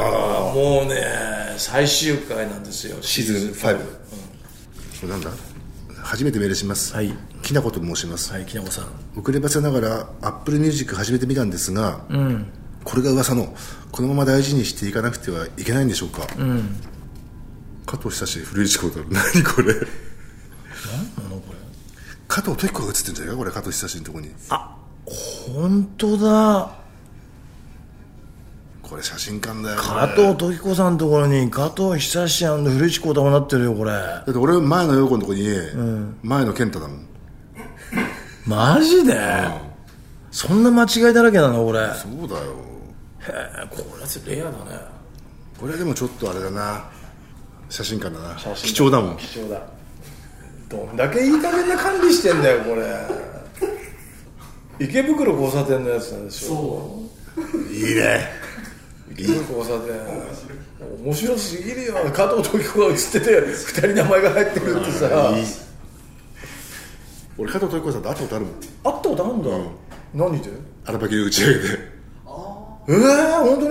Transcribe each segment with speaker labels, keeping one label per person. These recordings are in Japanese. Speaker 1: もうね最終回なんですよ
Speaker 2: シーズン5、これなんだ初めてメールします、
Speaker 1: はい
Speaker 2: きなこと申します、
Speaker 1: はいきなこさん
Speaker 2: 遅ればせながらアップルミュージック始めてみたんですが、これが噂のこのまま大事にしていかなくてはいけないんでしょうか、加藤久志古市幸太郎 何これ
Speaker 1: あのこれ
Speaker 2: 加藤時子が映ってるんじゃないかこれ加藤久志のとこに
Speaker 1: 本当だ
Speaker 2: これ写真館だよ
Speaker 1: 加藤時子さんのところに加藤久志古市幸太もなってるよこれ
Speaker 2: だって俺前の陽子のとこに、前の健太だもん
Speaker 1: マジで、そんな間違いだらけなのこれへ
Speaker 2: そうだよ
Speaker 1: えこれレアだね
Speaker 2: これでもちょっとあれだな写真館だな貴重だもん
Speaker 1: 貴重だどんだけいい加減な管理してんだよこれ池袋交差点のやつなんでしょ
Speaker 2: いいね
Speaker 1: 池袋交差点面白すぎるよ加藤時子が映ってて2人名前が入ってるってさ
Speaker 2: いい俺加藤時子さんと会ったことあるもん
Speaker 1: あったことあるんだ、何で
Speaker 2: 荒ばきで打ち上げて
Speaker 1: ええー、本当に、
Speaker 2: うん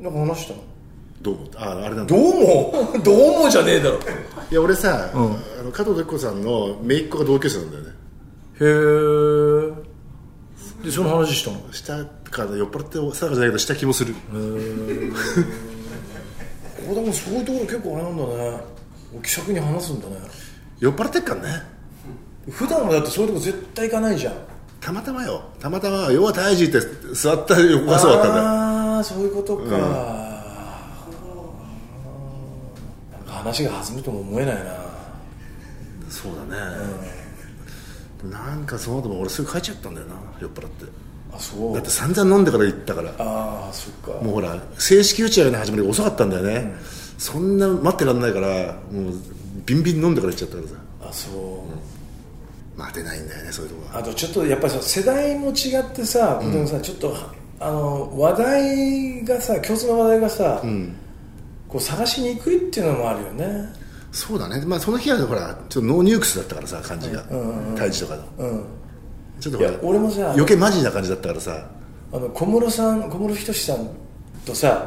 Speaker 1: なんか話したの
Speaker 2: どうもああれなん
Speaker 1: ど
Speaker 2: だ
Speaker 1: うもどうもじゃねえだろへ
Speaker 2: いや俺さ、あの加藤時子さんの姪っ子が同級生なんだよね
Speaker 1: えでその話したの
Speaker 2: 下から酔っ払ってさらかじゃないけどした気もする
Speaker 1: ここだもんそういうところ結構あれなんだねお気さくに話すんだね
Speaker 2: 酔っ払ってっからね
Speaker 1: 普段はだってそういうとこ絶対行かないじゃん
Speaker 2: たまたまよたまたま要は大事って座った横がそうだったんだ
Speaker 1: あ
Speaker 2: よ
Speaker 1: あそういうことか、なんか話が弾むとも思えないな
Speaker 2: そうだね、なんかその後も俺すぐ帰っちゃったんだよな酔っ払って
Speaker 1: あそう
Speaker 2: だって散々飲んでから行ったから
Speaker 1: ああそっか
Speaker 2: もうほら正式打ち上げの始まりが遅かったんだよね、そんな待ってらんないからもうビンビン飲んでから行っちゃったからさ
Speaker 1: あそう、
Speaker 2: 待てないんだよねそういうとこは
Speaker 1: あとちょっとやっぱりさ世代も違ってさ、でもさちょっとあの話題がさ共通の話題がさ、こう探しにくいっていうのもあるよね
Speaker 2: そうだねまあその日はほらちょっとノーニュークスだったからさ感じが太一とかの、ちょっとほら
Speaker 1: いや俺もさ
Speaker 2: 余計マジな感じだったからさ
Speaker 1: あの小室さん小室仁さんとさ、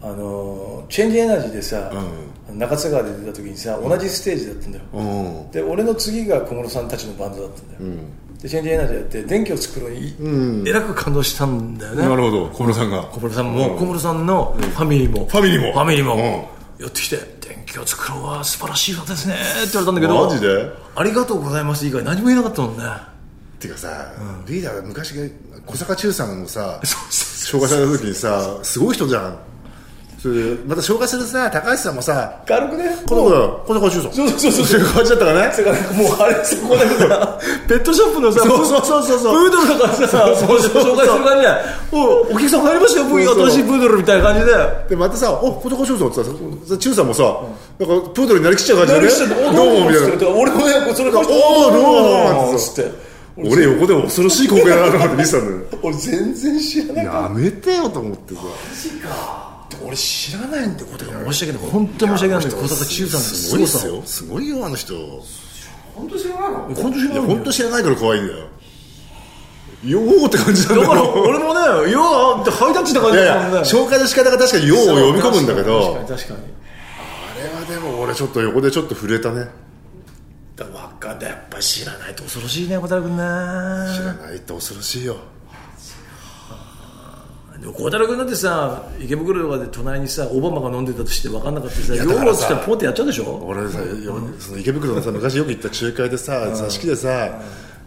Speaker 1: あのチェンジエナジーでさ、中津川で出た時にさ同じステージだったんだよ、
Speaker 2: うん
Speaker 1: で俺の次が小室さんたちのバンドだったんだよ、でチェンジエナジーやって電気を作ろうに、えらく感動したんだよね
Speaker 2: ほど小室さんが
Speaker 1: 小室さんも、小室さんのファミリーも、
Speaker 2: ファミリーも
Speaker 1: ファミリーも、
Speaker 2: うん
Speaker 1: 寄ってきて「電気を作ろうは素晴らしい方ですね」って言われたんだけど
Speaker 2: マジで
Speaker 1: ありがとうございます」以外何も言えなかったもんね
Speaker 2: っていうかさ、リーダーが昔小坂忠さんを さ
Speaker 1: そうそう
Speaker 2: 紹介された時にさすごい人じゃんそれでまた紹介するさ高橋さんもさ
Speaker 1: 軽くね
Speaker 2: この子だよ小坂忠さん
Speaker 1: そうそうそう
Speaker 2: そういう感じだったからね
Speaker 1: だからもうあれそこだけさペットショップのさ
Speaker 2: そうそうそうそうそう
Speaker 1: プードルとかさそう紹介する感じで「おお客さん入りましたよプー
Speaker 2: そうそう
Speaker 1: 新しいプードル」みたいな感じで
Speaker 2: でまたさ「お小坂忠さん」ってさ忠さんもさ、なんかプードルになりきっちゃう感じで、ね「
Speaker 1: お
Speaker 2: どうも」みたい
Speaker 1: っ
Speaker 2: な
Speaker 1: て俺もねこうそれが「お
Speaker 2: おーどうも
Speaker 1: どうも」っつって
Speaker 2: 俺横で恐ろしい光景だなと思って見てたんだよ
Speaker 1: 俺全然知らない
Speaker 2: やめてよと思ってさ
Speaker 1: 俺知らないんでことが申し訳ない本当に申し訳ないんだけど小坂忠さんの
Speaker 2: すごいっす
Speaker 1: さ
Speaker 2: よすごいよあの人い
Speaker 3: 本当知らないの
Speaker 1: 本当知ら
Speaker 2: や
Speaker 1: ない
Speaker 2: 本当知らないから怖いんだよよーって感じなんだ
Speaker 1: だ
Speaker 2: よ
Speaker 1: から俺もね「よーってハイタッチな感
Speaker 2: い
Speaker 1: じだった
Speaker 2: や
Speaker 1: もん
Speaker 2: い
Speaker 1: ね
Speaker 2: や紹介の仕方が確かに「よー」を呼び込むんだけど
Speaker 1: 確かに確かに
Speaker 2: あれはでも俺ちょっと横でちょっと震えたね
Speaker 1: だからわかんないやっぱ知らないと恐ろしいね小田君ね
Speaker 2: 知らないって恐ろしいよ
Speaker 1: でも孝太郎君だってさ池袋とかで隣にさオバマが飲んでたとして分かんなかったらさ「
Speaker 2: や
Speaker 1: よ
Speaker 2: だから
Speaker 1: ー」っ
Speaker 2: さ
Speaker 1: つってポンってやっちゃうでしょ
Speaker 2: 俺さ、よその池袋のさ昔よく行った仲介でさ座敷でさ、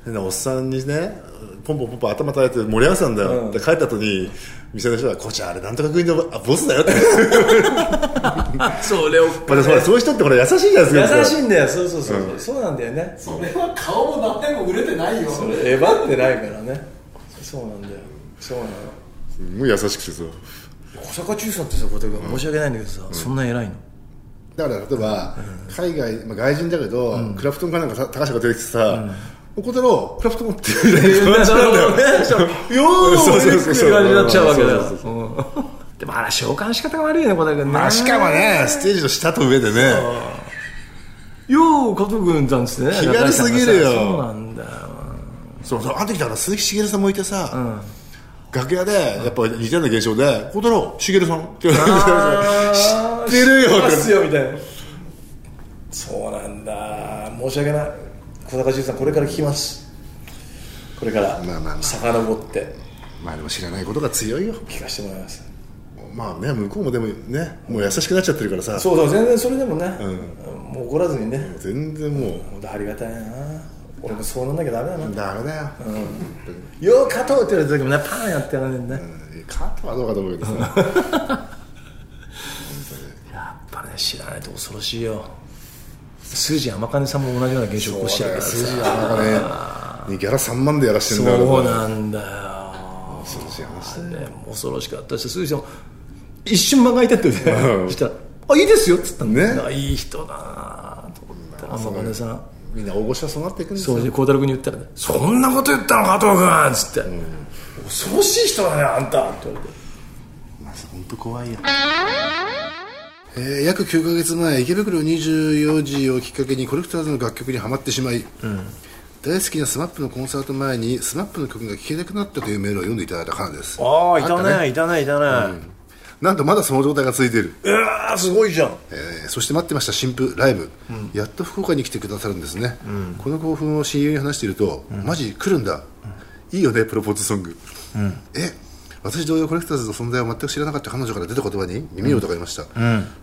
Speaker 2: 変なおっさんにねポンポンポンポン頭叩いて盛り合わせたんだよ、で帰った後に店の人が「こうちゃんあれなんとか食いのあボスだよ」って
Speaker 1: それを
Speaker 2: まあ、そう そういう人ってこれ優しいじゃないですか
Speaker 1: 優しいんだよそうそうそう、うそうなんだよね
Speaker 3: それは顔も何も売れてないよ
Speaker 1: えばってないからねそうなんだよそうなの
Speaker 2: すごい優しくてさ
Speaker 1: 小坂中さんってさ孝太郎君申し訳ないんだけどさ、そんな偉いの
Speaker 2: だから例えば、海外、まあ、外人だけど、クラフトンかなんかさ高橋が出てきてさ「おこたろうクラフトン持って」みたいな感じなんだよ
Speaker 1: ね、よー
Speaker 2: そう
Speaker 1: っ
Speaker 2: そう
Speaker 1: て
Speaker 2: そう
Speaker 1: い
Speaker 2: そう
Speaker 1: う感じになっちゃうわけだよ
Speaker 2: そうそう
Speaker 1: うんでもあれ召喚仕方が悪いよね小田君ね
Speaker 2: あしかもねステージの下と上でね
Speaker 1: よう加藤君なんつってね
Speaker 2: 気軽すぎるよ
Speaker 1: そうなんだよ
Speaker 2: そうそうあの時だから鈴木茂さんもいてさ、楽屋でやっぱ似たような現象で「小太郎しげるさん」って言われ
Speaker 1: あー
Speaker 2: て知ってるよ
Speaker 1: 知ってま
Speaker 2: っ
Speaker 1: す
Speaker 2: て
Speaker 1: よみたいなそうなんだ申し訳ない小坂修さんこれから聞きますこれから
Speaker 2: まあまあまあ
Speaker 1: 遡って
Speaker 2: まあでも知らないことが強いよ
Speaker 1: 聞かせてもらいます
Speaker 2: まあね向こうもでもねもう優しくなっちゃってるからさ
Speaker 1: そうそう全然それでもね、
Speaker 2: ん
Speaker 1: もう怒らずにね
Speaker 2: 全然もう
Speaker 1: 本当ありがたいな俺もそうなんなきゃダメだな、
Speaker 2: ダメだよ、
Speaker 1: よう加藤って言われた時もねパーンやってやらねえんだね、
Speaker 2: うん、カットはどうかと思うけどさ
Speaker 1: やっぱね知らないと恐ろしいよ数字天金さんも同じような現象を起こしてるからさ
Speaker 2: 数字がなんか ねギャラ3万でやらしてるんだから
Speaker 1: そうなんだよ
Speaker 2: そうですよ
Speaker 1: ね恐ろしかったし鈴木さんも一瞬間が空いてってね
Speaker 2: うん
Speaker 1: そしたら「あいいですよ」っつったんだ
Speaker 2: ね
Speaker 1: あいい人だなと思った天金さん
Speaker 2: みんな大御所はそうなっていくんです
Speaker 1: そ
Speaker 2: よ
Speaker 1: う孝太郎君に言ったらね「そんなこと言ったの加藤君」っつって、恐ろしい人だねあんた」って言われて
Speaker 2: 本当怖いよ、えー約9ヶ月前池袋24時をきっかけにコレクターズの楽曲にはまってしまい、大好きな SMAP のコンサート前に SMAP の曲が聴けなくなったというメールを読んでいただいたからです
Speaker 1: ああいた
Speaker 2: った
Speaker 1: ねいたねいたね、
Speaker 2: なんとまだその状態が続いている、
Speaker 1: うわーすごいじゃん
Speaker 2: えーそして待ってました新婦ライブ、やっと福岡に来てくださるんですね、この興奮を親友に話していると、マジ来るんだ、いいよねプロポーズソング、え私同様コレクターズの存在を全く知らなかった彼女から出た言葉に耳を疑いました、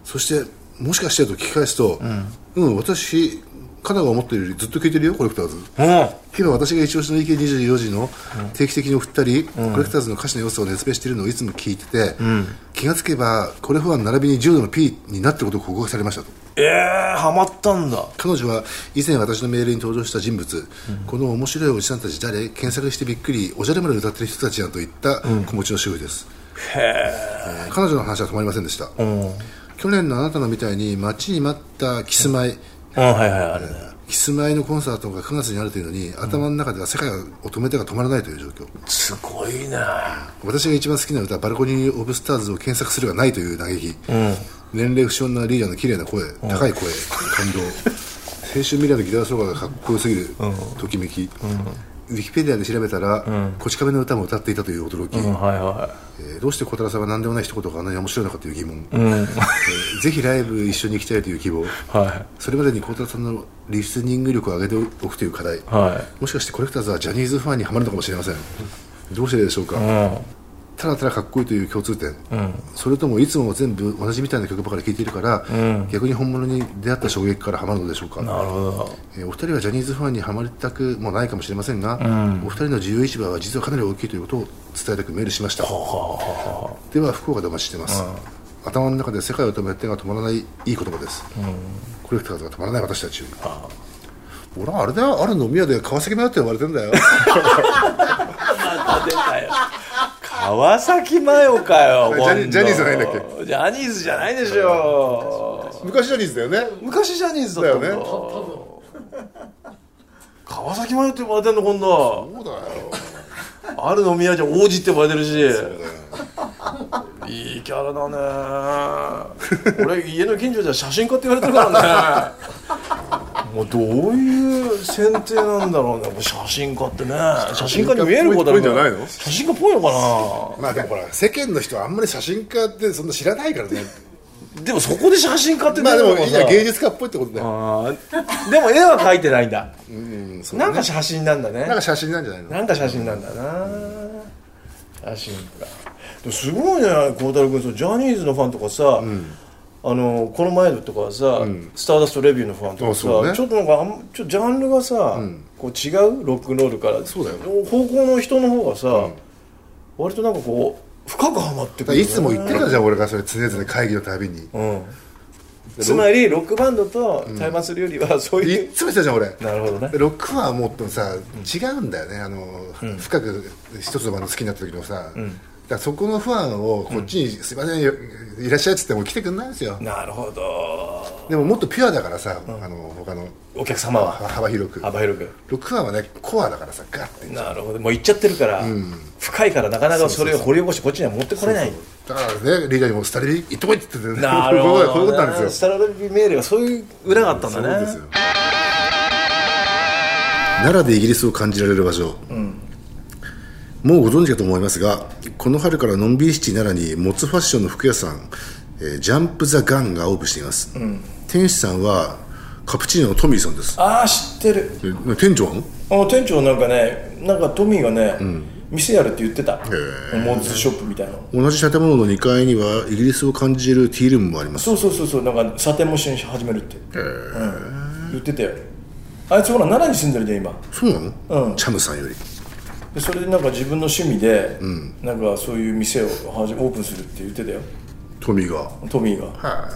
Speaker 2: そしてもしかしてと聞き返すとうん、私カナが思っているよりずっと聞いてるよコレクターズ今私が一押しの EK24 時の定期的に送ったり、コレクターズの歌詞の要素を熱弁しているのをいつも聞いてて、気がつけばコレファン並びに重度の P になってることを告白されましたと
Speaker 1: ええー、ハマったんだ
Speaker 2: 彼女は以前私のメールに登場した人物、この面白いおじさんたち誰検索してびっくりおじゃれまで歌ってる人たちやんといった子持ちの主婦です、えー彼女の話は止まりませんでした、去年のあなたのみたいに待ちに待ったキスマイ、
Speaker 1: うんはいはいあれね
Speaker 2: キスマイのコンサートが9月にあるというのに頭の中では世界を止めてが止まらないという状況、
Speaker 1: すごいね
Speaker 2: 私が一番好きな歌「バルコニー・オブ・スターズ」を検索するがないという嘆き、年齢不詳なリーダーの綺麗な声、高い声感動青春未来のギターソロがかっこよすぎる、ときめき、ウィキペディアで調べたら「こち亀」の歌も歌っていたという驚き、
Speaker 1: うんはいは
Speaker 2: えーどうして小太郎さんは何でもない一言があんなに面白いのかという疑問、えーぜひライブ一緒に行きたいという希望
Speaker 1: いは
Speaker 2: それまでに小太郎さんのリスニング力を上げておくという課題、
Speaker 1: いは
Speaker 2: もしかしてコレクターズはジャニーズファンにはまるのかもしれませんどうしてでしょうか、ただただかっこいいという共通点、それともいつも全部同じみたいな曲ばかり聴いているから、逆に本物に出会った衝撃からはまるのでしょうか
Speaker 1: いなるほど
Speaker 2: えーお二人はジャニーズファンにはまりたくもないかもしれませんが、お二人の自由市場は実はかなり大きいということを伝えたくメールしましたでは福岡でお待ちしています、頭の中で世界を止めてが止まらないいい言葉です、コレクターズが止まらない私たち俺はあれだよある飲み屋で川崎村って呼ばれてんだよ
Speaker 1: 出たよ川崎麻世かよ
Speaker 2: ジャニ
Speaker 1: 今度
Speaker 2: ジャニーズじゃないんだっ
Speaker 1: ジャニーズじゃないでしょ
Speaker 2: 昔ジャニーズだよね
Speaker 1: 昔ジャニーズだったんだ
Speaker 2: だよね
Speaker 1: 川崎麻世って呼ばれてんの今度
Speaker 2: そうだよ
Speaker 1: ある飲み屋じゃ王子って呼ばれて るしいいキャラだね俺家の近所じゃ写真家って言われてるからねもうどういう選定なんだろうね写真家ってね写真家に見える子だろう
Speaker 2: 写真家っぽいんじゃないの
Speaker 1: 写真家っぽいのか
Speaker 2: まあでもほら世間の人はあんまり写真家ってそんな知らないからね
Speaker 1: なでもそこで写真家って
Speaker 2: まあでも
Speaker 1: 出
Speaker 2: い
Speaker 1: るの
Speaker 2: や
Speaker 1: か
Speaker 2: 芸術家っぽいってことだよ、
Speaker 1: あーでも絵は描いてないんだ
Speaker 2: うんそう
Speaker 1: なんか写真なんだね
Speaker 2: なんか写真なんじゃないの
Speaker 1: なんか写真なんだな、写真かでもすごいね孝太郎君そうジャニーズのファンとかさ、あのこの前とかはさ、スターダストレビューのファンとか
Speaker 2: あ
Speaker 1: さ、
Speaker 2: そうね
Speaker 1: ちょっとなんかあんちょっとジャンルがさ、こう違うロックンロールから
Speaker 2: そうだよ
Speaker 1: 方向の人の方がさ、割となんかこう深くハマってく
Speaker 2: だか
Speaker 1: るよ
Speaker 2: ら
Speaker 1: ね、
Speaker 2: いつも言ってたじゃん俺がそれ常々会議のたびに
Speaker 1: うんつまりロックバンドと対話するよりはそうい、
Speaker 2: いうっつも言ってたじゃん俺
Speaker 1: なるほどね
Speaker 2: ロックはもっとさ違うんだよねあの、深く一つのバンド好きになった時のさ、だからそこのファンをこっちに「すいませんよいらっしゃい」っつっても来てくんないんですよ
Speaker 1: なるほど
Speaker 2: でももっとピュアだからさ、あの他の
Speaker 1: お客様は
Speaker 2: 幅広く
Speaker 1: 幅広く
Speaker 2: ロックファンはねコアだからさガッて
Speaker 1: なるほどもう行っちゃってるから、深いからなかなかそれを掘り起こしてこっちには持ってこれない
Speaker 2: だからねリーダーにも「スタリビ行ってこい」って言ってて、
Speaker 1: なるほど
Speaker 2: こういうことなんです
Speaker 1: ス
Speaker 2: よ
Speaker 1: タラルビメールがそういう裏があったんだね
Speaker 2: そうですよ奈良でイギリスを感じられる場所、もうご存知かと思いますがこの春からのんびりシティ奈良にモツファッションの服屋さん、えージャンプ・ザ・ガンがオープンしています、店主さんはカプチーノのトミーさんです
Speaker 1: ああ知ってる
Speaker 2: で店長なの
Speaker 1: あの店長なんかねなんかトミーがね、店やるって言ってたモンズショップみたいな
Speaker 2: 同じ建物の2階にはイギリスを感じるティールームもあります
Speaker 1: そうそうそうそうなんかサテンも一緒に始めるって、うん、言ってたよあいつほら奈良に住んでるで今
Speaker 2: そうなの、
Speaker 1: うん
Speaker 2: チャムさんより
Speaker 1: でそれでなんか自分の趣味で、なんかそういう店をはじオープンするって言ってたよ
Speaker 2: トミーが
Speaker 1: トミーが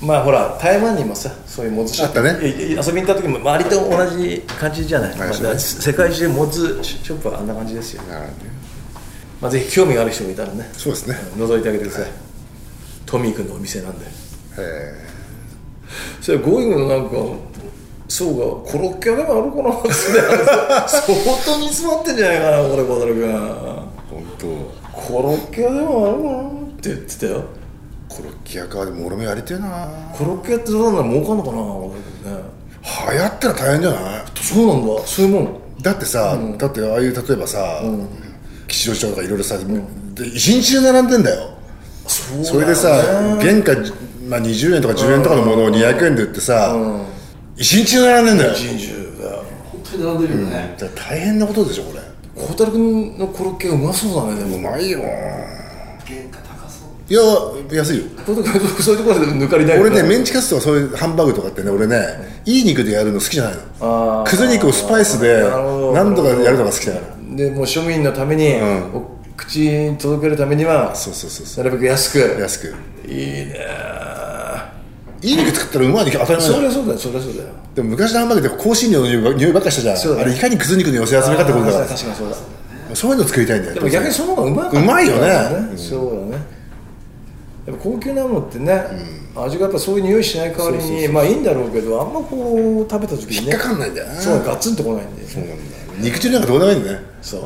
Speaker 1: まあほら台湾にもさそういうモズショップ
Speaker 2: あったね
Speaker 1: いい遊びに行った時も周りと同じ感じじゃない、まあ世界中モズショップはあんな感じですよ、まあ、ぜひ興味がある人がいたらね
Speaker 2: そうですね
Speaker 1: 覗いてあげてください、トミー君のお店なんで
Speaker 2: え
Speaker 1: それゴーイングのなんかそうがコロッケ屋でもあるかなって相当に詰まってんじゃないかなこれ小樽君
Speaker 2: ー、本当
Speaker 1: コロッケ屋でもあるかなって言ってたよ
Speaker 2: コロッケ屋かでも俺もやりてえな
Speaker 1: コロッケ屋ってどうなんだ儲かんのかな小樽君ね
Speaker 2: 流行ったら大変じゃない
Speaker 1: そうなんだそういうもん
Speaker 2: だってさ、だってああいう例えばさ、吉祥寺とかいろいろさ、で一日中並んでんだよ
Speaker 1: そう
Speaker 2: それでさ原価、まあ、20円とか10円とかのものを200円で売ってさ、一日中並んでんだよ
Speaker 1: 人獣だよ
Speaker 3: 本当に並んでるよね、
Speaker 2: だから大変なことでしょこれ
Speaker 1: 小樽君のコロッケがうまそうだねで
Speaker 2: う
Speaker 1: も
Speaker 2: まいよ
Speaker 3: 原価高そう
Speaker 2: いや安いよ
Speaker 1: 小樽君そういうところで抜かりないよ
Speaker 2: 俺ねメンチカツとかそういうハンバーグとかってね俺ねいい肉でやるの好きじゃない
Speaker 1: あ
Speaker 2: の
Speaker 1: ー
Speaker 2: くず肉をスパイスで
Speaker 1: なるほど
Speaker 2: 何とかやるのが好きだから
Speaker 1: でもう庶民のために、
Speaker 2: ん
Speaker 1: お口に届けるためには
Speaker 2: そうそうそうそ
Speaker 1: なるべく安く
Speaker 2: う安く
Speaker 1: いいね
Speaker 2: いい肉作ったらうまいに当たり前だ
Speaker 1: そ
Speaker 2: よ
Speaker 1: りゃそうだよそりゃそうだよ
Speaker 2: でも昔のハンバーグって香辛料の匂いば匂いばっかりしたじゃん、
Speaker 1: そうだ
Speaker 2: あ
Speaker 1: ね
Speaker 2: れいかにくず肉の寄せ集めかってことだ
Speaker 1: あー
Speaker 2: か
Speaker 1: 確かにそうだ
Speaker 2: らそういうの作りたいんだよ
Speaker 1: でも逆にその方がうまい
Speaker 2: かったうん
Speaker 1: そうだねやっぱ高級なものってね、味がやっぱそういう匂いしない代わりにまあいいんだろうけどあんまこう食べた時に
Speaker 2: 引
Speaker 1: ね
Speaker 2: っかかんないんだよな
Speaker 1: そうガツンとこないんで
Speaker 2: そうなんだよ肉汁なんかどうでもいいんだよね
Speaker 1: そう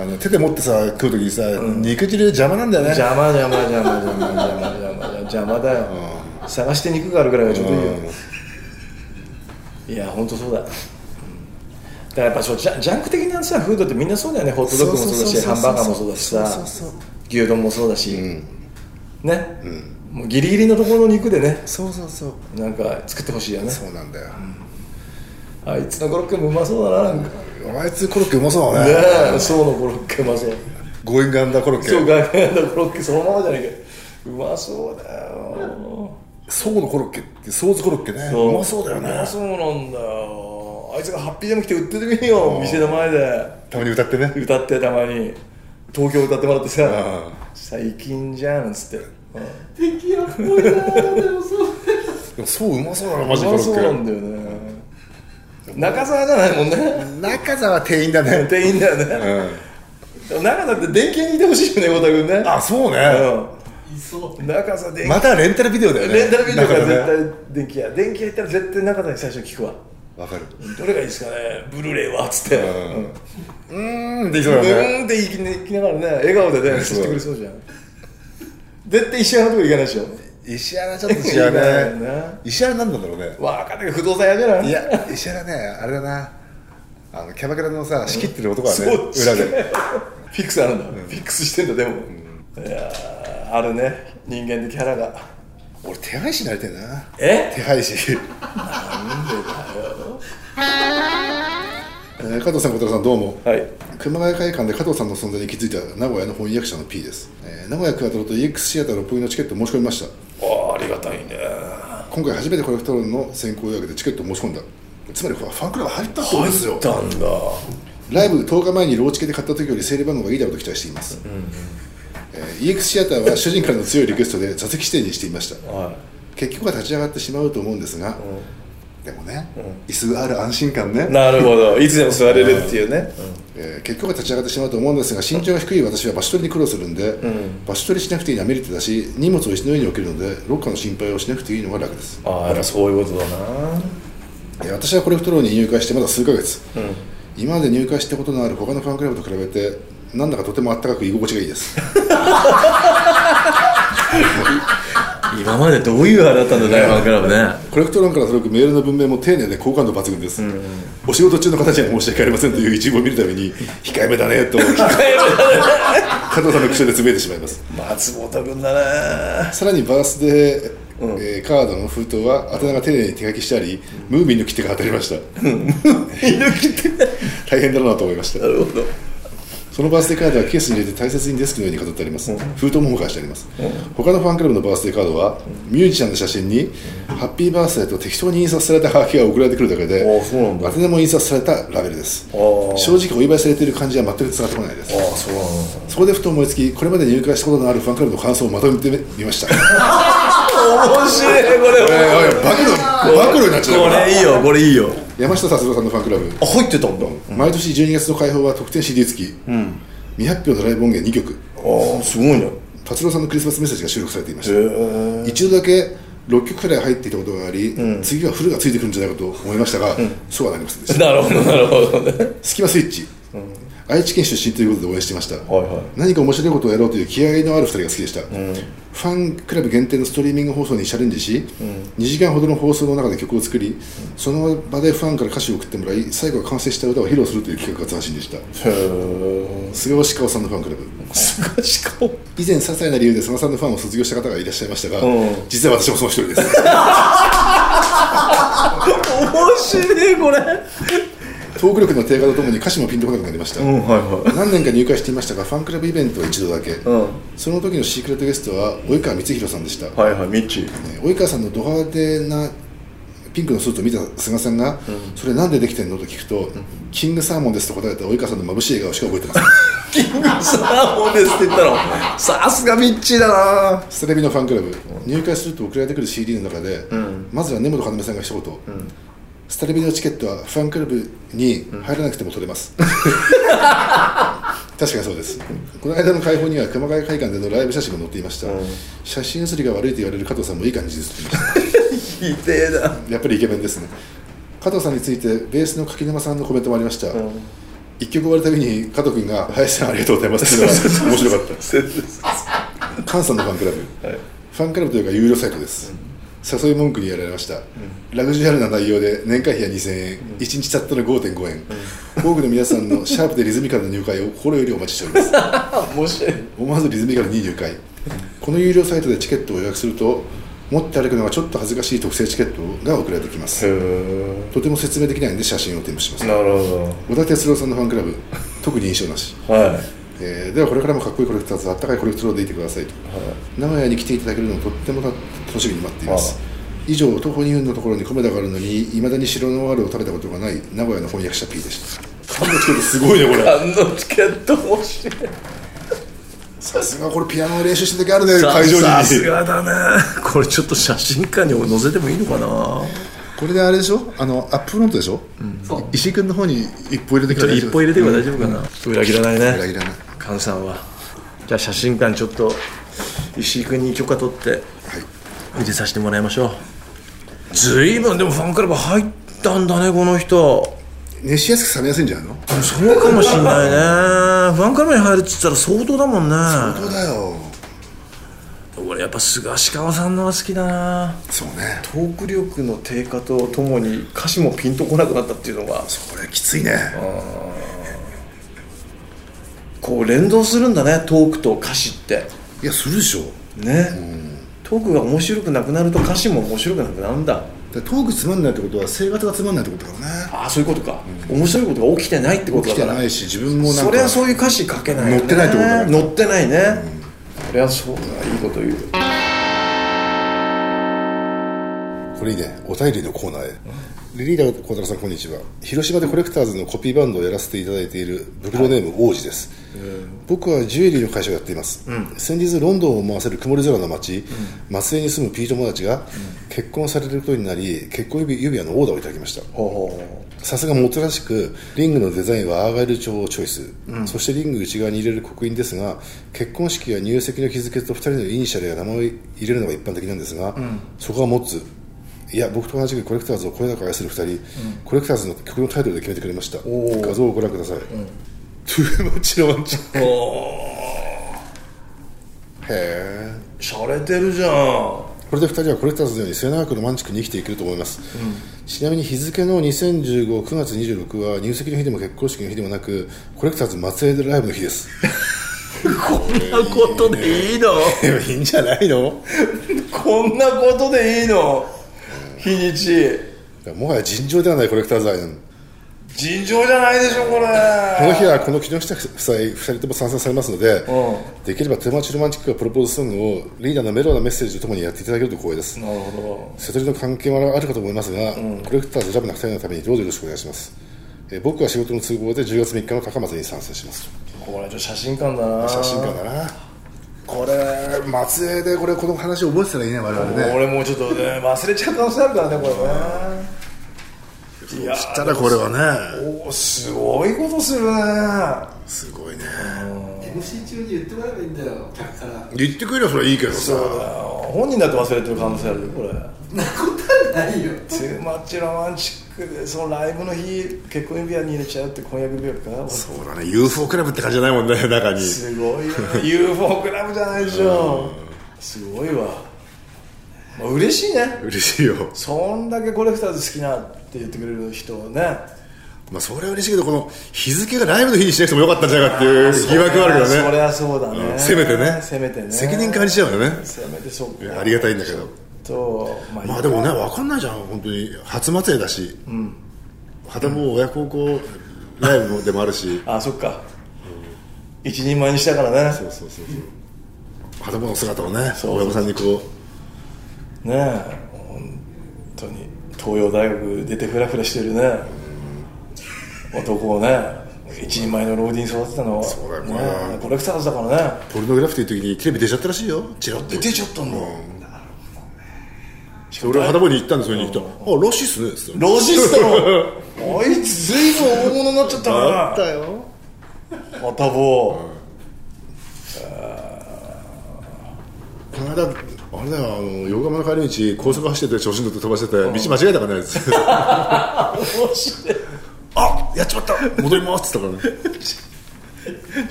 Speaker 2: あの手で持ってさ食う時にさ、肉汁邪魔なんだよね
Speaker 1: 邪魔邪魔邪魔邪魔邪魔邪魔邪魔だよ、探して肉があるぐらいがちょうどいいよ、いや本当そうだだからやっぱそうジャジャンク的なさフードってみんなそうだよねホットドッグもそうだし
Speaker 2: そ
Speaker 1: ハ
Speaker 2: うそうそうそう
Speaker 1: ンバーガーもそうだしさ
Speaker 2: そうそうそう
Speaker 1: 牛丼もそうだし、ね、もうギリギリのところの肉でね
Speaker 2: そうそうそう
Speaker 1: なんか作ってほしいよね
Speaker 2: そうなんだよ、
Speaker 1: あいつのコロッケもうまそうだななんか
Speaker 2: あいつコロッケうまそうだね
Speaker 1: ねえそうのコロッケうまそう
Speaker 2: ゴーイングアンダーコロッケ
Speaker 1: そう外観のコロッケそのままじゃねえかうまそうだよ
Speaker 2: そうのコロッケってソースコロッケねうまそうだよ
Speaker 1: う
Speaker 2: ね
Speaker 1: まそうなんだよあいつがハッピーでも来て売っててみよ店の前で
Speaker 2: たまに歌ってね
Speaker 1: 歌ってたまに東京歌ってもらってさ
Speaker 2: ん
Speaker 1: 最近じゃんっつって、うん、う
Speaker 3: 敵やっぽいなーでもそう
Speaker 2: でもそううまそうだなマジコロ
Speaker 1: まそうな
Speaker 2: ッ
Speaker 1: んだよね中澤じゃないもんね
Speaker 2: ケ中澤店員だね
Speaker 1: 店員だよね、でも中澤って電気屋にいてほしいよね太田君ね
Speaker 2: あそうね、
Speaker 3: いそ
Speaker 1: う
Speaker 3: う
Speaker 1: ん、中澤電気、
Speaker 2: またレンタルビデオだよね
Speaker 1: レンタルビデオから
Speaker 2: だね
Speaker 1: 絶対電気屋電気屋行ったら絶対中澤に最初に聞くわ
Speaker 2: わかる
Speaker 1: どれがいいですかねブルーレイはっつって、
Speaker 2: ん
Speaker 1: うん
Speaker 2: うーんできそうだ
Speaker 1: う
Speaker 2: よね
Speaker 1: ーんって言い,、ね、言いながらね笑顔でね接してくれそうじゃん絶対石原のとこ行かないでしょ
Speaker 2: 石原ちょっと違う
Speaker 1: いい
Speaker 2: ね
Speaker 1: ね
Speaker 2: 石原なんなんだろうね
Speaker 1: わかんないけど不動産屋じゃない
Speaker 2: いや石原ねあれだなあのキャバクラのさ仕切ってる男はね
Speaker 1: そう
Speaker 2: 裏で
Speaker 1: フィックスあるんだ、フィックスしてんだでも、いやーあるね人間的キャラが
Speaker 2: 俺手配師になりたいな
Speaker 1: え
Speaker 2: 手配師なんでだよ加藤さん小太郎さんどうも
Speaker 1: はい
Speaker 2: 熊谷会館で加藤さんの存在に気づいた名古屋の翻訳者の P です、えー名古屋クワトロと EX シアター六本木のチケットを申し込みました
Speaker 1: おーありがたいね
Speaker 2: 今回初めてコレクトロールの先行予約でチケットを申し込んだつまりファンクラブ入ったってことですよ
Speaker 1: たんだ
Speaker 2: ライブ10日前にローチケで買った時より整理番号がいいだろうと期待しています、えー EX シアターは主人からの強いリクエストで座席指定にしていました
Speaker 1: は
Speaker 2: 結局は立ち上がってしまうと思うんですが、でもね、椅子がある安心感ね
Speaker 1: い、なるほどいつでも座れるっていうね、
Speaker 2: えー結局は立ち上がってしまうと思うんですが身長が低い私は場所取りに苦労するんで、場所取りしなくていいのはメリットだし荷物を椅子の上に置けるのでロッカーの心配をしなくていいのが楽です
Speaker 1: ああやっぱそういうことだな
Speaker 2: えー私はコレクトローに入会してまだ数ヶ月、今まで入会したことのある他のファンクラブと比べてなんだかとてもあったかく居心地がいいです
Speaker 1: 今今までどういうあれだったんだねファンクラブね
Speaker 2: コレクト欄から届くメールの文明も丁寧で好感度抜群です、お仕事中の方には申し訳ありませんという一文を見るために控えめだねと加藤さんの口調でつぶえてしまいます
Speaker 1: 松本君だね
Speaker 2: さらにバースデーえーカードの封筒は宛名が丁寧に手書きしてあり、ムーミンの切手が当たりました
Speaker 1: 犬来てな
Speaker 2: 大変だろうなと思いました
Speaker 1: るほど
Speaker 2: そのバースデーカードはケースに入れて大切にデスクのように飾ってあります、封筒も保管してあります、他のファンクラブのバースデーカードは、ミュージシャンの写真に、ハッピーバースデーと適当に印刷されたハガキが送られてくるだけで
Speaker 1: ああそうなんだ
Speaker 2: 宛名も印刷されたラベルです
Speaker 1: ああ
Speaker 2: 正直お祝いされている感じは全く伝わってこないです
Speaker 1: ああそうなんだ
Speaker 2: そこでふと思いつきこれまで入会したことのあるファンクラブの感想をまとめてみました
Speaker 1: 面白いこれ、
Speaker 2: えーおい 暴露暴露になっちゃう
Speaker 1: こ
Speaker 2: から
Speaker 1: れいいよこれいいよ
Speaker 2: 山下達郎さんのファンクラブ
Speaker 1: あ入ってたんだ
Speaker 2: 毎年12月の開放は特典 CD 付き、未発表のライブ音源2曲
Speaker 1: ああすごいね
Speaker 2: 達郎さんのクリスマスメッセージが収録されていました
Speaker 1: へえ
Speaker 2: 一度だけ6曲くらい入っていたことがあり、次はフルがついてくるんじゃないかと思いましたが、そうはなりませんでした
Speaker 1: なるほどなるほどね
Speaker 2: スキマスイッチ、愛知県出身ということで応援していました、
Speaker 1: はいはい
Speaker 2: 何か面白いことをやろうという気合のある2人が好きでした、ファンクラブ限定のストリーミング放送にチャレンジし、2時間ほどの放送の中で曲を作り、その場でファンから歌詞を送ってもらい最後は完成した歌を披露するという企画が斬新でした
Speaker 1: へえ
Speaker 2: 菅義顔さんのファンクラブ
Speaker 1: すごいしかも
Speaker 2: 以前些細な理由で佐野さんのファンを卒業した方がいらっしゃいましたが、
Speaker 1: うん
Speaker 2: 実は私もその一人です
Speaker 1: 面白いこれ
Speaker 2: トーク力の低下とともに歌詞もピンとこなくなりました、
Speaker 1: うんはいは
Speaker 2: 何年か入会していましたがファンクラブイベントは一度だけ、
Speaker 1: うん
Speaker 2: その時のシークレットゲストは及川光弘さんでした、
Speaker 1: いはいはいミッチー
Speaker 2: ね及川さんのド派手なピンクのスーツを見た菅さんが、それなんでできてんのと聞くと、キングサーモンですと答えた及川さんの眩しい笑顔しか覚えてません
Speaker 1: キングサーモンですって言ったのさすがミッチーだな
Speaker 2: ステレビのファンクラブ、入会すると送られてくる CD の中で、まずは根本要さんが一言、スタレビのチケットはファンクラブに入らなくても取れます、 確かにそうですこの間の開放には熊谷会館でのライブ写真も載っていました、写真写りが悪いと言われる加藤さんもいい感じですって言いまし
Speaker 1: ひでえな
Speaker 2: たやっぱりイケメンですね加藤さんについてベースの柿沼さんのコメントもありました、一曲終わるたびに加藤君が「林さんありがとうございます」っていうのが面白かった菅さんのファンクラブ、ファンクラブというか有料サイトです、誘い文句にやられました、ラグジュアルな内容で年会費は2000円、1日たったの5.5円、多くの皆さんのシャープでリズミカルな入会を心よりお待ちしており ます
Speaker 1: 面白い
Speaker 2: 思わずリズミカルに入会この有料サイトでチケットを予約すると持って歩くのがちょっと恥ずかしい特製チケットが送られてきます
Speaker 1: へ
Speaker 2: とても説明できないので写真を添付しま
Speaker 1: え
Speaker 2: す
Speaker 1: なるほ
Speaker 2: 小田哲郎さんのファンクラブ特に印象なし
Speaker 1: どはい
Speaker 2: えーではこれからもかっこいいコレクターズあったかいコレクターズでいてくださいと、名古屋に来ていただけるのをとっても楽しみに待っています、
Speaker 1: は
Speaker 2: 以上徒歩2分のところに米田があるのにいまだに白ノワールを食べたことがない名古屋の翻訳者 P でした感動つけてすごいねこれ
Speaker 1: あのチケット面白い
Speaker 2: さすがこれピアノの練習した時あるね
Speaker 1: さ
Speaker 2: 会場
Speaker 1: さす
Speaker 2: に
Speaker 1: がだねこれちょっと写真館に俺載せてもいいのかな
Speaker 2: これであれでしょあのアップフロントでしょ、い石井君の方に一歩入れて
Speaker 1: ちょ
Speaker 2: く
Speaker 1: っと一歩入れてれば大丈夫かな、裏切らない
Speaker 2: いら
Speaker 1: ね
Speaker 2: いらない
Speaker 1: 菅さんはじゃあ写真館ちょっと石井君に許可取って入れさせてもらいましょうずいぶんでもファンクラブ入ったんだねこの人
Speaker 2: 熱しやすく冷めやすいんじゃないの
Speaker 1: そうかもしんないねファンクラブに入るっつったら相当だもんね
Speaker 2: そうだよ
Speaker 1: 俺やっぱ菅氏川さんのは好きだな
Speaker 2: そうね
Speaker 1: トーク力の低下とともに歌詞もピンとこなくなったっていうのが
Speaker 2: これきついね
Speaker 1: こう連動するんだねトークと歌詞って
Speaker 2: いやするでしょ
Speaker 1: ね、トークが面白くなくなると歌詞も面白くなくなるんだ
Speaker 2: だからトークつまんないってことは生活がつまんないってことだよね
Speaker 1: ああそういうことか、面白いことが起きてないってこと
Speaker 2: 起き
Speaker 1: だ
Speaker 2: て
Speaker 1: から
Speaker 2: ないし自分もなんか
Speaker 1: そりゃそういう歌詞書けないよね
Speaker 2: 乗ってないってことだよ
Speaker 1: 乗ってないね、そりゃそうだいいこと言う
Speaker 2: これいいねお便りのコーナーへリリーダー孝太郎さんこんにちは広島でコレクターズのコピーバンドをやらせていただいているブクロネーム王子です、僕はジュエリーの会社をやっています、先日ロンドンを回せる曇り空の街、松江に住む P 友達が結婚されることになり結婚指指輪のオーダーをいただきました
Speaker 1: ほうほ
Speaker 2: さすがもつらしくリングのデザインはアーガイル調をチョイス、そしてリング内側に入れる刻印ですが結婚式や入籍の日付と2人のイニシャルや名前を入れるのが一般的なんですが、そこは持ついや僕と同じくコレクターズをこれだけ愛する2人、コレクターズの曲のタイトルで決めてくれました画像をご覧ください、 トゥーマッチロマンチック
Speaker 1: うおー
Speaker 2: へえ
Speaker 1: しゃれてるじゃん
Speaker 2: これで2人はこれ2つのように末永くロマンチックに生きていけると思います、ちなみに日付の20159月26は入籍の日でも結婚式の日でもなくコレクターズ松江でライブの日です
Speaker 1: こんなことでいいの
Speaker 2: でもいいんじゃないの
Speaker 1: こんなことでいいの日にち
Speaker 2: もはや尋常ではないコレクターズ愛なの
Speaker 1: 尋常じゃないでしょこれ
Speaker 2: この日はこの木下夫妻2人とも参戦されますので、
Speaker 1: う
Speaker 2: できれば手持ちロマンチックがプロポーズソングをリーダーのメロなメッセージとともにやっていただけると光栄です
Speaker 1: なるほ
Speaker 2: 瀬戸りの関係もあるかと思いますが、コレクターズラブな2人のためにどうぞよろしくお願いします、えー僕は仕事の都合で10月3日の高松に参戦します
Speaker 1: どこれちょっと写真館だな
Speaker 2: 写真館だなこれ松江でこれこの話覚えてたらいいね我々ね
Speaker 1: 俺もうちょっとね忘れちゃう可能性あるからねこれねいや
Speaker 2: そしたらこれはね
Speaker 1: おすごいことするね
Speaker 2: すごいね
Speaker 3: MC 中に言ってもらえばいいんだよ客から
Speaker 2: 言ってくれりゃそれはいいけど
Speaker 1: そう
Speaker 2: さ
Speaker 1: だよ本人だって忘れてる可能性あるよこれ
Speaker 3: そんなことはないよ
Speaker 1: トゥーマッチロマンチックでそのライブの日結婚指輪に入れちゃうって婚約指輪か
Speaker 2: そうだね UFO クラブって感じじゃないもんね中に
Speaker 1: すごいよ UFO クラブじゃないでしょすごいわ、まあ、嬉しいね
Speaker 2: 嬉しいよ
Speaker 1: そんだけコレクターズ好きなって言ってくれる人をね
Speaker 2: まあそれは嬉しいけどこの日付がライブの日にしなくてもよかったんじゃないかっていう疑惑はあるけ
Speaker 1: そ
Speaker 2: ど
Speaker 1: り
Speaker 2: ね
Speaker 1: ゃそうだね、
Speaker 2: うんせめてね
Speaker 1: せめてね
Speaker 2: 責任感じちゃうよね
Speaker 1: せめてそ
Speaker 2: い
Speaker 1: っ
Speaker 2: や
Speaker 1: か
Speaker 2: ありがたいんだけど
Speaker 1: とま
Speaker 2: まあでもね分かんないじゃん本当に初松江だし、旗も親孝行ライブもでもあるし、
Speaker 1: あそっか、一人前にしたからね
Speaker 2: そうそうそうそう旗もの姿をね
Speaker 1: うそうそう
Speaker 2: 親御さんにこ
Speaker 1: ねえ本当に東洋大学出てフラフラしてるね男をね一人前の老人育てたの
Speaker 2: そうだよね
Speaker 1: ねえコレクターズだからね
Speaker 2: うポルノグラフィティの時にテレビ出ちゃったらしいよチラッと
Speaker 1: 出ちゃったんだ
Speaker 2: で俺は旗本に行ったんですよに行ったら「あらしいっすね」っつって
Speaker 1: ロジストのあいつ随分大物になっちゃった
Speaker 2: あっ
Speaker 1: な
Speaker 2: たよ
Speaker 1: またぼ
Speaker 2: この間あれだよあの洋釜の帰り道高速走ってて調子に乗って飛ばしてて道間違えたからねっつって
Speaker 1: 面白い
Speaker 2: あやっちまった戻りますっつったからね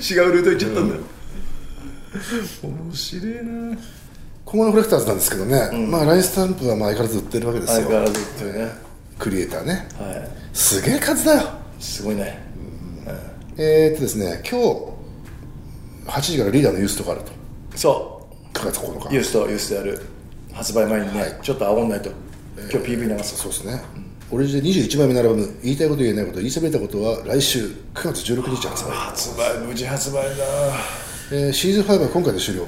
Speaker 1: 違うルート行っちゃったんだよ、面白いな
Speaker 2: 今後のコレクターズなんですけどね、まあラインスタンプはまあ相変わらず売ってるわけです
Speaker 1: 相変
Speaker 2: よ
Speaker 1: わらずっていうね
Speaker 2: クリエイターね
Speaker 1: は
Speaker 2: すげえ数だよ
Speaker 1: いすごいね
Speaker 2: えー、っとですね今日8時からリーダーのユースとかあると
Speaker 1: そ
Speaker 2: 9月9
Speaker 1: う
Speaker 2: 日
Speaker 1: ユースとユースでやる発売前にね、ちょっと煽んないと今日 PV 流す
Speaker 2: そうですね、俺で21枚目のアルバム「言いたいこと言えないこと言いそびれたこと」は来週9月16日発売、
Speaker 1: 発売無事発売だ
Speaker 2: えーシーズン5は今回で終了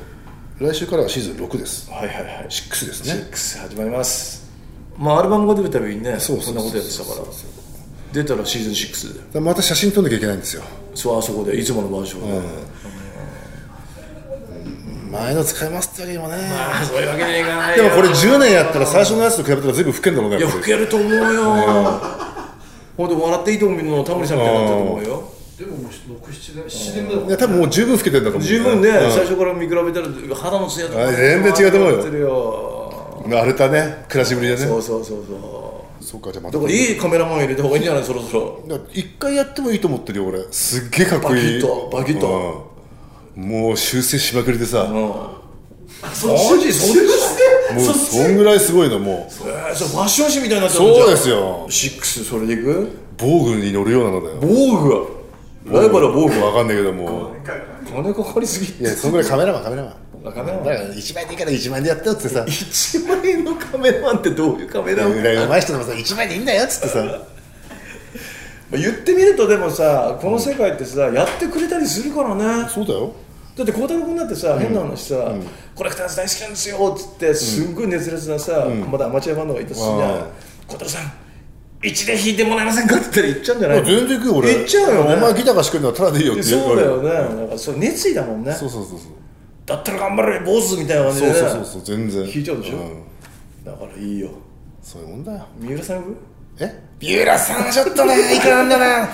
Speaker 2: 来週からはシーズン6です
Speaker 1: はいはいはいシッ
Speaker 2: 6ですね
Speaker 1: クス始まりますまあアルバムが出るたびにね
Speaker 2: そうそうそう
Speaker 1: そんなことやってたから出たらシーズン6で
Speaker 2: また写真撮んなきゃいけないんですよ
Speaker 1: そうあそこでいつものバージョンで、
Speaker 2: 前の使いますってわけにもね、
Speaker 1: あそういうわけにはいかない
Speaker 2: で
Speaker 1: よ
Speaker 2: もこれ10年やったら最初のやつと比べたら随分老けんだろうね
Speaker 1: いや
Speaker 2: やっぱ
Speaker 1: 老
Speaker 2: り
Speaker 1: けると思うよほんと笑っていいと思うのタモリさんみたいになったと思うよ
Speaker 3: でももう67年7年目だもん
Speaker 2: いや多分もう十分老けてんだと思う
Speaker 1: 十分ね、
Speaker 2: うん
Speaker 1: 最初から見比べたら肌のツヤとか
Speaker 2: あ全然違うと思う
Speaker 1: 変
Speaker 2: よ
Speaker 1: わってるよ
Speaker 2: 荒れたね暮らしぶりでね
Speaker 1: そ
Speaker 2: そう
Speaker 1: そうそうそう
Speaker 2: うかじゃあまた
Speaker 1: だからいいカメラマン入れた方がいいんじゃないそろそろ
Speaker 2: だから一回やってもいいと思ってるよ俺すっげえかっこい
Speaker 1: バ
Speaker 2: い
Speaker 1: キッとバキッと、
Speaker 2: うんもう修正しまくりでさ、も
Speaker 3: あそっち
Speaker 1: マジそっち
Speaker 2: うそんぐらいすごいのもう
Speaker 1: えー、そうファッション誌みたいになっちゃった
Speaker 2: そうですよ
Speaker 1: シックスそれでいく
Speaker 2: 防具に乗るようなのだよ
Speaker 1: 防具がライバルは防具
Speaker 2: 分かんないけども
Speaker 1: 金かかりすぎ
Speaker 2: いやそんぐらいカメラマンカメラマン
Speaker 1: あカメラマン
Speaker 2: だから1枚でいいから1枚でやってよっつってさ
Speaker 1: 1万円のカメラマンってどういうカメラマン、ま
Speaker 2: うまい人でもさ1枚でいいんだよっつってさ
Speaker 1: あ言ってみるとでもさこの世界ってさやってくれたりするからね
Speaker 2: そうだよ
Speaker 1: だって孝太郎君だってさ、変な話さ、コレクターズ大好きなんですよっつってすんごい熱烈なさ、まだアマチュアバンドがいたしじゃん
Speaker 2: うん
Speaker 1: 孝太郎さん一で弾いてもらえませんかって言ったら言っちゃうんじゃないの
Speaker 2: 全然行くよ俺
Speaker 1: 言っちゃうよね
Speaker 2: お前ギターがしくるのはただでいいよって言う
Speaker 1: そうだよね、
Speaker 2: 俺
Speaker 1: なんかそう熱意だもんね
Speaker 2: そうそうそうそう
Speaker 1: だったら頑張れ坊主みたいな感じで
Speaker 2: そう
Speaker 1: ね
Speaker 2: そうそうそう全然
Speaker 1: 聞いちゃうでしょ
Speaker 2: ん
Speaker 1: だからいいよ
Speaker 2: そういうもんだよ
Speaker 1: 三浦さん呼ぶ
Speaker 2: え三浦さんちょっとねいくらなんだな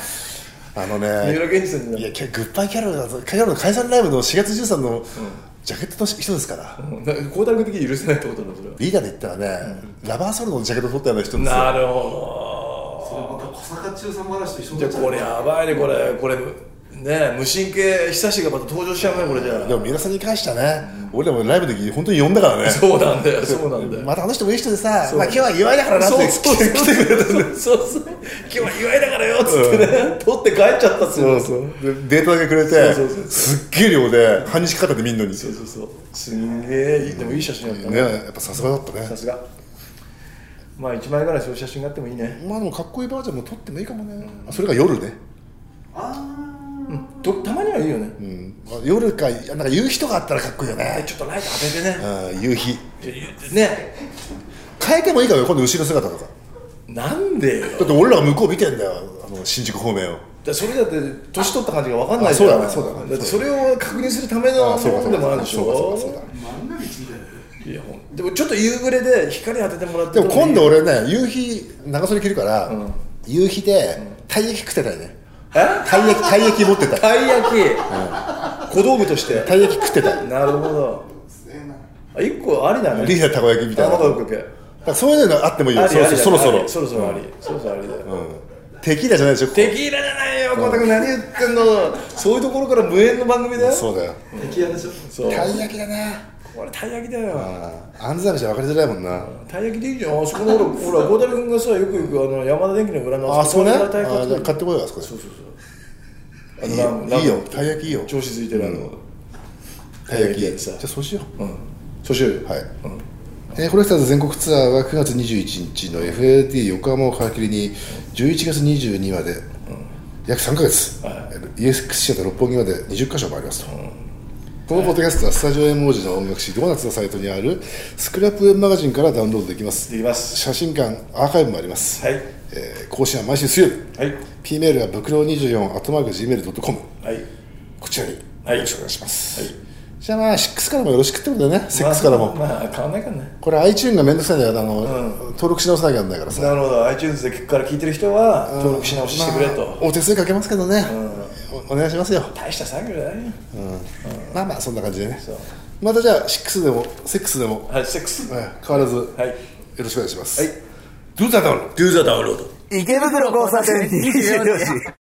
Speaker 2: あの
Speaker 1: 三
Speaker 2: ね
Speaker 1: 浦健二さんじゃないい
Speaker 2: や今日グッバイキャロルだぞキャロルの解散ライブの4月13のジャケットの人ですから、
Speaker 1: うんだから孝太郎君的に許せないってことだそれは
Speaker 2: リーダーで言ったらね、ラバーソルのジャケット取ったような人ですよ
Speaker 1: なるほ
Speaker 3: それまた小坂中さん話と一緒
Speaker 1: どじゃ
Speaker 3: になっ
Speaker 1: あ
Speaker 3: ちゃう
Speaker 1: これやばいねこれこれねえ無神経久しがまた登場しちゃうねこれじゃ
Speaker 2: でも皆さんに関してはね、俺らもライブの時本当に呼んだからね
Speaker 1: そうなんだよそうなんだよ
Speaker 2: またあの人もいい人でさ、まあ、今日は祝いだからなって
Speaker 1: そう
Speaker 2: 来
Speaker 1: そう
Speaker 2: て来てくれたんだよ
Speaker 1: そうそうそう今日は祝いだからよっつってね、取って帰っちゃったっす
Speaker 2: そ
Speaker 1: よ
Speaker 2: うそうでデータだけくれて
Speaker 1: そうそうそう
Speaker 2: すっげえ量で半日かかって見んのに
Speaker 1: そうそうそうすんげえいいでもいい写真だった
Speaker 2: ね
Speaker 1: ね
Speaker 2: やっぱさすがだったね
Speaker 1: さすがまあ一枚ぐらいそういう写真があってもいいね
Speaker 2: まあでもかっこいいバージョンも撮ってもいいかもね、あそれが夜ね、
Speaker 3: あー
Speaker 1: とたまにはいいよね、
Speaker 2: うん、あ夜かなんか夕日とかあったらかっこいいよ
Speaker 1: で
Speaker 2: ね、
Speaker 1: ちょっとライト当ててね
Speaker 2: うん、夕日
Speaker 1: ね
Speaker 2: 変えてもいいからよ今度後ろ姿とか
Speaker 1: なんでよ
Speaker 2: だって俺らが向こう見てんだよあの新宿方面を
Speaker 1: だそれだって年取った感じが分かんない
Speaker 2: あそうだね
Speaker 1: じゃん
Speaker 2: そうだね
Speaker 1: ってそれを確認するための
Speaker 2: あそうか
Speaker 1: も
Speaker 2: そ
Speaker 1: の
Speaker 2: うか
Speaker 1: でもあるでしょ
Speaker 2: そうかそうか
Speaker 3: 漫画道みたいだよ
Speaker 1: いやほんでもちょっと夕暮れで光当ててもらって
Speaker 2: でも今度
Speaker 1: 俺
Speaker 2: 俺ね夕日長袖着るから、夕日でたい焼き食ってたいね
Speaker 1: え
Speaker 2: たい焼きたい焼き持ってたい
Speaker 1: たい焼き、小道具として
Speaker 2: たい焼き食ってたい
Speaker 1: なるほど
Speaker 3: せーな
Speaker 1: あ一個ありだね
Speaker 2: リーダーたこ焼きみたいな
Speaker 1: 卵
Speaker 2: だ
Speaker 1: かけ
Speaker 2: からそういうのがあってもいい
Speaker 1: あ
Speaker 2: よ
Speaker 1: り
Speaker 2: そろ
Speaker 1: あり
Speaker 2: そろそろ
Speaker 1: あり
Speaker 2: そ
Speaker 1: そ
Speaker 2: ろ
Speaker 1: ろそろありそろそろありだよ
Speaker 2: うんテキーラじゃないでしょここ
Speaker 1: テキーラじゃないよ、こたく何言ってんのそういうところから無縁の番組だよ
Speaker 2: そうだよ
Speaker 3: 敵屋でしょ
Speaker 1: そう
Speaker 2: たい焼きだね
Speaker 1: これたい焼きだよ
Speaker 2: あああんざらじゃ分かりづらいもんな
Speaker 1: たい焼きでいいじゃんあそこのほ らほら孝太郎君がさよく行くあの山田電機の裏の
Speaker 2: ああそこね
Speaker 1: の
Speaker 2: あ
Speaker 1: たい焼き
Speaker 2: じ
Speaker 1: 買
Speaker 2: ゃあ買
Speaker 1: っ
Speaker 2: っててこいよあそこで
Speaker 1: そうそうそう
Speaker 2: いい
Speaker 1: あのラーメン
Speaker 2: よいいよたい焼きいいよ
Speaker 1: 調子づいてるあの
Speaker 2: たい焼き
Speaker 1: たい焼き
Speaker 2: じ
Speaker 1: さ
Speaker 2: ゃあそうしよう
Speaker 1: うんそうしようよ
Speaker 2: はい、えーコレクターズ全国ツアーは9月21日の FAD 横浜を皮切りに11月22日まで、約3ヶ月、USX シアター六本木まで20カ所回りますと、このポッドキャストはスタジオ M 王子の音楽誌ドーナツのサイトにあるスクラップウェブマガジンからダウンロードできます
Speaker 1: できます
Speaker 2: 写真館アーカイブもあります、
Speaker 1: はい
Speaker 2: えー更新は毎週水曜日
Speaker 1: はい
Speaker 2: P メールはブクロ24 Gmail.com
Speaker 1: はい
Speaker 2: こちらによ
Speaker 1: はい
Speaker 2: ろしくお願いします、
Speaker 1: はい
Speaker 2: じゃあまあ6からもよろしくってことだよね6からも、
Speaker 1: まあまあ変わんないからね
Speaker 2: これ iTune がめんどくさいんだよあの、登録し直さなきゃなんだからさ
Speaker 1: なるほど iTunes でから聞いてる人は登録し直ししてくれ
Speaker 2: まあ
Speaker 1: と
Speaker 2: お手数かけますけどね、おお願いしますよ、
Speaker 1: 大した作業じゃないよ
Speaker 2: まあまあそんな感じでね
Speaker 1: そう
Speaker 2: またじゃあ6でも6でも、
Speaker 1: はいセックス
Speaker 2: え
Speaker 1: はい
Speaker 2: ー変わらずよろしくお願いします、Do the download
Speaker 1: Do the download
Speaker 4: 池袋交差点24時。